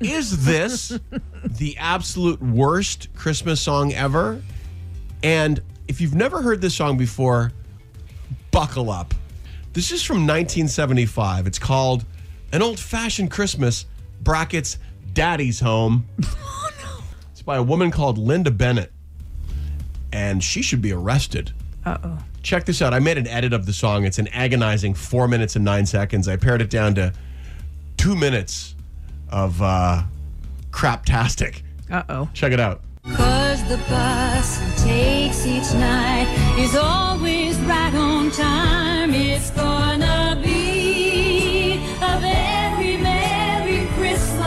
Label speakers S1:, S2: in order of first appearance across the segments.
S1: Is this the absolute worst Christmas song ever? And if you've never heard this song before, buckle up. This is from 1975. It's called An Old Fashioned Christmas, brackets, Daddy's Home. It's by a woman called Linda Bennett. And she should be arrested. Uh oh. Check this out. I made an edit of the song. It's an agonizing four minutes and nine seconds. I pared it down to two minutes of uh, craptastic.
S2: Uh oh.
S1: Check it out.
S3: Cause the bus he takes each night is always right on time. It's gonna be a very Merry Christmas.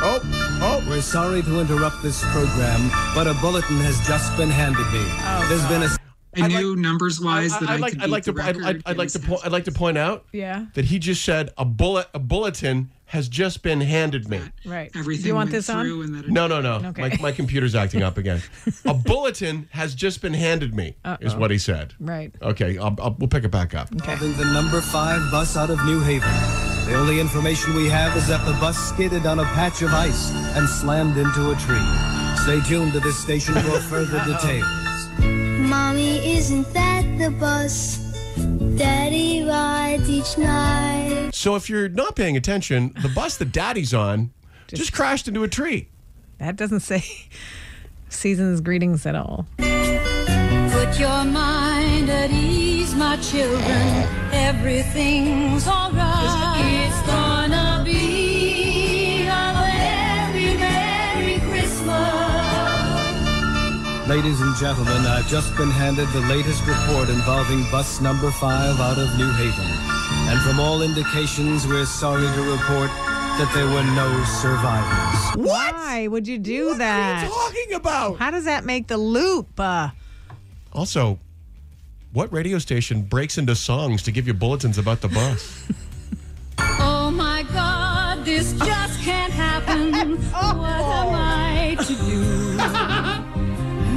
S1: Oh, oh.
S4: We're sorry to interrupt this program, but a bulletin has just been handed me. There's been a
S5: I knew numbers wise that I,
S1: I'd like,
S5: could
S1: I'd
S5: beat
S1: like
S5: the
S1: to, I'd,
S5: record.
S1: I'd, I'd
S5: It
S1: like
S5: was
S1: to, po- I'd like to point out
S2: Yeah.
S1: that he just said a bullet, a bulletin has just been handed me.
S2: Right.
S5: Everything
S2: Do you want
S5: went
S2: this
S5: through
S2: on?
S5: and that it-
S1: No, no, no.
S2: Okay.
S1: My, my computer's acting up again. a bulletin has just been handed me, is what he said.
S2: Right.
S1: Okay, I'll, I'll, we'll pick it back up.
S4: involving the number five bus out of New Haven. The only information we have is that the bus skidded on a patch of ice and slammed into a tree. Stay tuned to this station for further details.
S6: Mommy, isn't that the bus Daddy rides each night?
S1: So if you're not paying attention, the bus that Daddy's on just, crashed into a tree.
S2: That doesn't say season's greetings at all.
S3: Put your mind at ease, my children. Everything's alright. It's gonna be a very Merry Christmas.
S4: Ladies and gentlemen, I've just been handed the latest report involving bus number five out of New Haven. And from all indications, we're sorry to report that there were no survivors.
S1: What?
S2: Why would you do
S1: What are
S2: that?
S1: you talking about?
S2: How does that make the loop? Uh,
S1: Also, what radio station breaks into songs to give you bulletins about the bus?
S3: Oh my god, this just can't happen.
S6: Oh.
S3: What am I to do?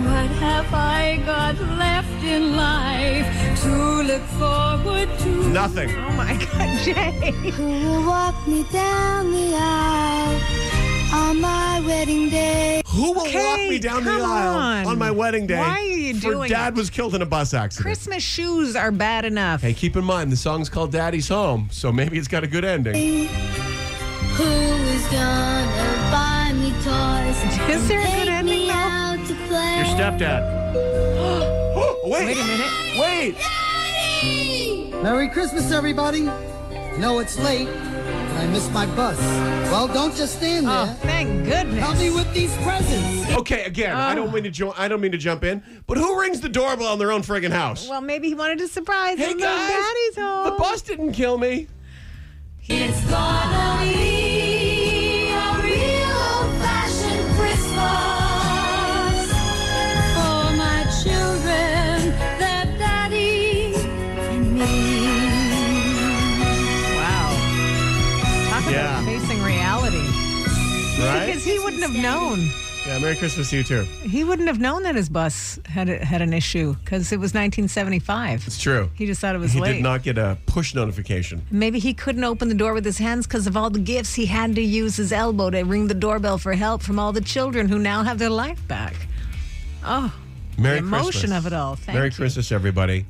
S3: What have I got left in life to look forward to?
S1: Nothing.
S2: oh my God, Jay.
S6: Who will walk me down the aisle on my wedding day?
S1: Who will walk
S2: Okay,
S1: me down the
S2: come
S1: aisle on.
S2: on.
S1: my wedding day?
S2: Why are you
S1: for
S2: doing
S1: Dad was killed in a bus accident.
S2: Christmas shoes are bad enough.
S1: Hey, keep in mind the song's called Daddy's Home, so maybe it's got a good ending.
S6: Who is gonna buy me toys?
S2: Is there a
S6: Take
S2: good ending
S6: me
S2: though?
S6: out to play.
S1: stepdad. oh, wait.
S2: Wait a minute.
S1: Wait.
S7: Merry Christmas, everybody. No, it's late, and I missed my bus. Well, don't just stand there.
S2: Oh, thank goodness.
S7: Help me with these presents.
S1: Okay, again, I
S2: Oh.
S1: don't mean to jo- I don't mean to jump in, but who rings the doorbell in their own friggin' house?
S2: Well, maybe he wanted to surprise
S1: hey
S2: him.
S1: guys,
S2: Daddy's home.
S1: the bus didn't kill me.
S3: It's gonna be a real old-fashioned Christmas for my children, their daddy and me.
S2: Wow. Talk
S1: Yeah.
S2: about facing reality. Because he wouldn't have known.
S1: Yeah. Merry Christmas to you too.
S2: He wouldn't have known that his bus had had an issue because it was 1975.
S1: It's true.
S2: He just thought it was
S1: He
S2: late.
S1: did not get a push notification.
S2: Maybe he couldn't open the door with his hands because of all the gifts he had to use his elbow to ring the doorbell for help from all the children who now have their life back.
S1: Merry
S2: The emotion
S1: Christmas.
S2: of it all. Thank
S1: Merry
S2: you.
S1: Christmas, everybody.